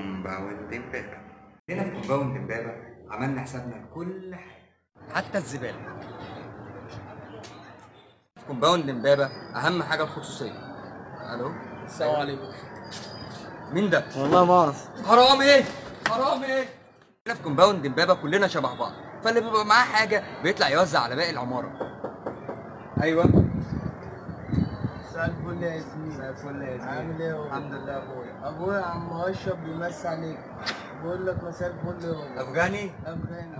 كومباوند امبابه هنا في كومباوند امبابه عملنا حسابنا لكل حاجه حتى الزباله في كومباوند امبابه اهم حاجه الخصوصيه الو السلام عليكم مين ده والله ما اعرف حرامي حرامي إيه؟ هنا في كومباوند امبابه كلنا شبه بعض فاللي بيبقى معاه حاجه بيطلع يوزع على باقي العماره ايوه مساء الفل يا ياسمين مساء الفل يا ياسمين عامل ايه يا الحمد لله يا اخويا ابويا عم اشرف بيمسي عليك بقول لك مساء الفل يا افغاني ابراهيم